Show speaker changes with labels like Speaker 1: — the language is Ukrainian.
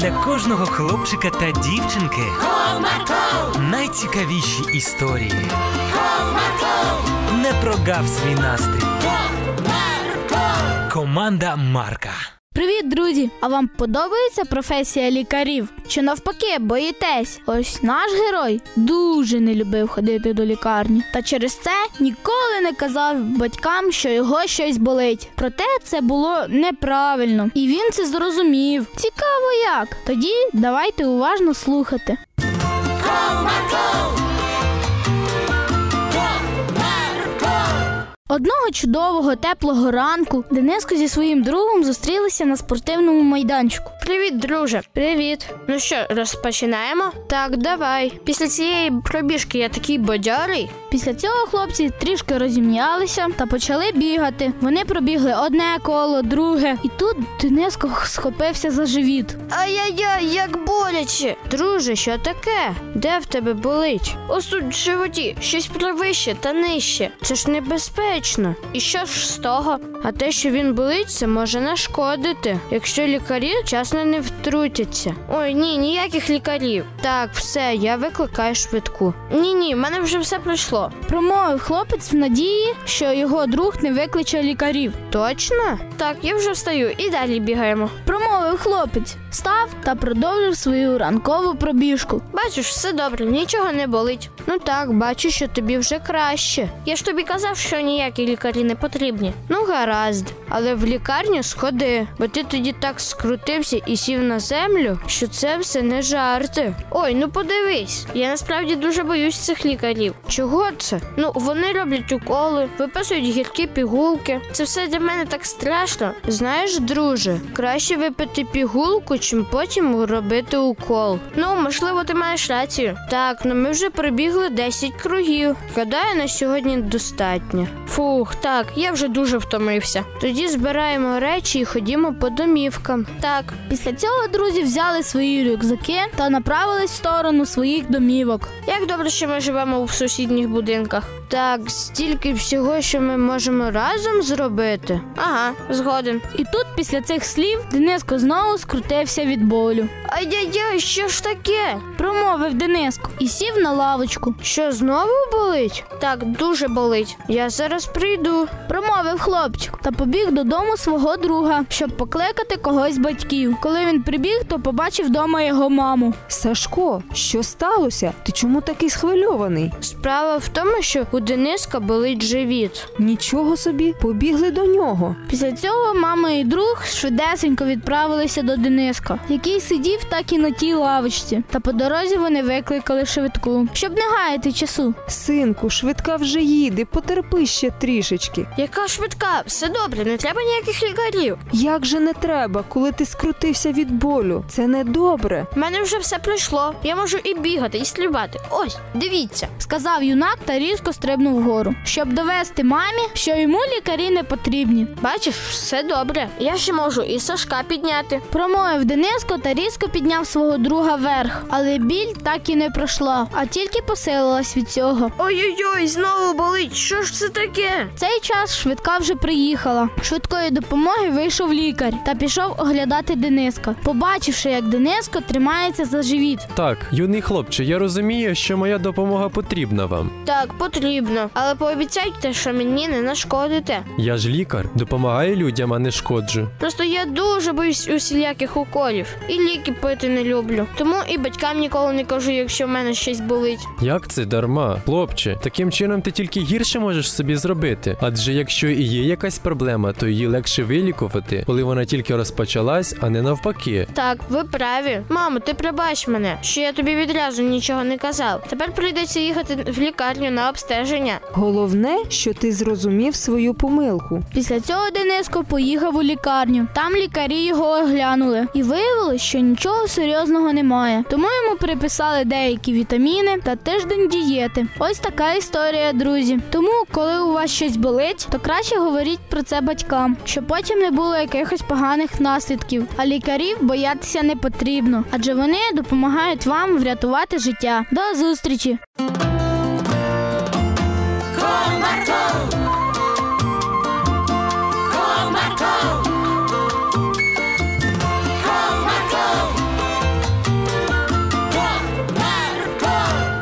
Speaker 1: для кожного хлопчика та дівчинки
Speaker 2: Comarco,
Speaker 1: найцікавіші історії.
Speaker 2: Comarco,
Speaker 1: Не прогав свій настрій.
Speaker 2: Comarco.
Speaker 1: Команда Марка.
Speaker 3: Привіт, друзі! А вам подобається професія лікарів? Чи навпаки, боїтесь? Ось наш герой дуже не любив ходити до лікарні, та через це ніколи не казав батькам, що його щось болить. Проте це було неправильно, і він це зрозумів. Цікаво як. Тоді давайте уважно слухати. Одного чудового теплого ранку Дениско зі своїм другом зустрілися на спортивному майданчику.
Speaker 4: Привіт, друже. Привіт. Ну що, розпочинаємо? Так, давай. Після цієї пробіжки я такий бадьорий.
Speaker 3: Після цього хлопці трішки розім'ялися та почали бігати. Вони пробігли одне коло, друге, і тут Дениско схопився за живіт.
Speaker 4: Ай-яй-яй, як боляче. Друже, що таке? Де в тебе болить? Ось тут в животі, щось привище та нижче. Це ж небезпечно. І що ж з того? А те, що він болить, це може нашкодити, якщо лікарі вчасно не втрутяться. Ой, ні, ніяких лікарів. Так, все, я викликаю швидку. Ні, ні, в мене вже все пройшло.
Speaker 3: Промовив хлопець в надії, що його друг не викличе лікарів.
Speaker 4: Точно? Так, я вже встаю і далі бігаємо.
Speaker 3: Промовив хлопець, став та продовжив свою ранкову пробіжку.
Speaker 4: Бачиш, все добре, нічого не болить. Ну так, бачу, що тобі вже краще. Я ж тобі казав, що ніякі лікарі не потрібні. Ну, гаразд, але в лікарню сходи, бо ти тоді так скрутився і сів на землю, що це все не жарти. Ой, ну подивись, я насправді дуже боюсь цих лікарів. Чого це? Ну, вони роблять уколи, виписують гіркі пігулки. Це все для мене так страшно. Знаєш, друже, краще випити пігулку, чим потім робити укол. Ну, можливо, ти маєш рацію. Так, ну ми вже пробігли 10 кругів. Гадаю, на сьогодні достатньо. Фух, так, я вже дуже втомився. Тоді збираємо речі і ходімо по домівкам. Так,
Speaker 3: Після цього друзі взяли свої рюкзаки та направились в сторону своїх домівок.
Speaker 4: Як добре, що ми живемо в сусідніх будинках. Так, стільки всього, що ми можемо разом зробити. Ага, згоден.
Speaker 3: І тут, після цих слів, Дениско знову скрутився від болю.
Speaker 4: Ай-яй-яй, що ж таке?
Speaker 3: Промовив Дениско і сів на лавочку.
Speaker 4: Що знову болить? Так, дуже болить. Я зараз прийду.
Speaker 3: Промовив хлопчик та побіг додому свого друга, щоб покликати когось з батьків. Коли він прибіг, то побачив вдома його маму.
Speaker 5: Сашко, що сталося? Ти чому такий схвильований?
Speaker 4: Справа в тому, що у Дениска болить живіт.
Speaker 5: Нічого собі, побігли до нього.
Speaker 3: Після цього мама і друг швидесенько відправилися до Дениска, який сидів так і на тій лавочці. Та по дорозі вони викликали швидку, щоб не гаяти часу.
Speaker 5: Синку, швидка вже їде, потерпи ще трішечки.
Speaker 4: Яка швидка, все добре, не треба ніяких лікарів.
Speaker 5: Як же не треба, коли ти скрутився від болю? Це недобре.
Speaker 4: У мене вже все пройшло. Я можу і бігати, і стрибати. Ось, дивіться.
Speaker 3: Сказав юнак та різко стрибнув вгору, щоб довести мамі, що йому лікарі не потрібні.
Speaker 4: Бачиш, все добре. Я ще можу і Сашка підняти.
Speaker 3: Промовив Дениско та різко підняв свого друга вверх, але біль так і не пройшла, а тільки посилилась від цього.
Speaker 4: Ой-ой-ой, знову болить. Що ж це таке?
Speaker 3: В цей час швидка вже приїхала. Швидкої допомоги вийшов лікар та пішов оглядати Дениска, побачивши, як Дениско тримається за живіт.
Speaker 6: Так, юний хлопче, я розумію, що моя допомога потрібна вам.
Speaker 4: Так, потрібно. Але пообіцяйте, що мені не нашкодите.
Speaker 6: Я ж лікар, допомагаю людям, а не шкоджу.
Speaker 4: Просто я дуже боюсь усіляких уколів і ліки пити не люблю. Тому і батькам ніколи не кажу, якщо в мене щось болить.
Speaker 6: Як це дарма? Хлопче, таким чином ти тільки гірше можеш собі зробити. Адже якщо і є якась проблема, то її легше вилікувати, коли вона тільки розпочалась, а не навпаки.
Speaker 4: Так, ви праві. Мамо, ти пробач мене, що я тобі відразу нічого не казав. Тепер прийдеться їхати в лікарню на обстеження.
Speaker 5: Головне, що ти зрозумів свою помилку.
Speaker 3: Після цього Дениско поїхав у лікарню. Там лікарі його оглянули і виявили, що нічого серйозного немає. Тому йому приписали деякі вітаміни та тиждень дієти. Ось така історія, друзі. Тому, коли у вас щось болить, то краще говоріть про це батькам, щоб потім не було якихось поганих наслідків. А лікарів боятися не потрібно, адже вони допомагають вам врятувати життя. До зустрічі!